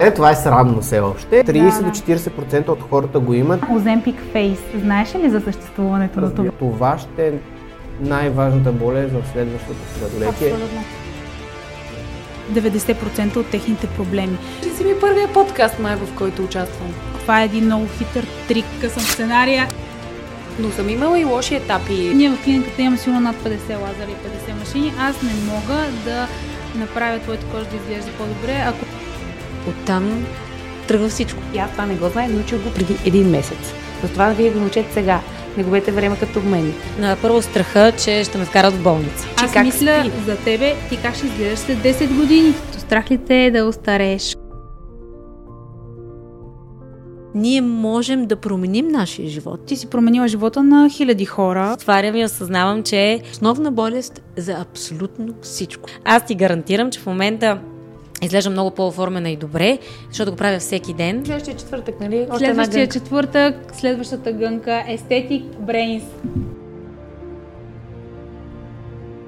Е, това е срамно все още. 30 до 40% от хората го имат. Оземпик Фейс. Знаеш ли за съществуването на това? Това ще е най-важната болест в следващото хилядолетие. 90% от техните проблеми. Ти си ми първия подкаст, май, в който участвам. Това е един много хитър трик, късен сценария. Но съм имала и лоши етапи. Ние в клиниката имаме сигурно над 50 лазера и 50 машини. Аз не мога да направя твоята кожа да изглежда по-добре, ако Оттам тръгва всичко. И аз това не го знаех, научих го преди един месец. Затова вие го научете сега. Не губете време като мен. На първо страха, че ще ме вкарат в болница. Че аз как мисля спи. за тебе, ти как ще изглеждаш след 10 години. Страх ли те е да остарееш? Ние можем да променим нашия живот. Ти си променила живота на хиляди хора. Отварям и осъзнавам, че е основна болест за абсолютно всичко. Аз ти гарантирам, че в момента изглежда много по-оформена и добре, защото го правя всеки ден. Следващия четвъртък, нали? Още една Следващия гънка. четвъртък, следващата гънка Естетик Брейнс.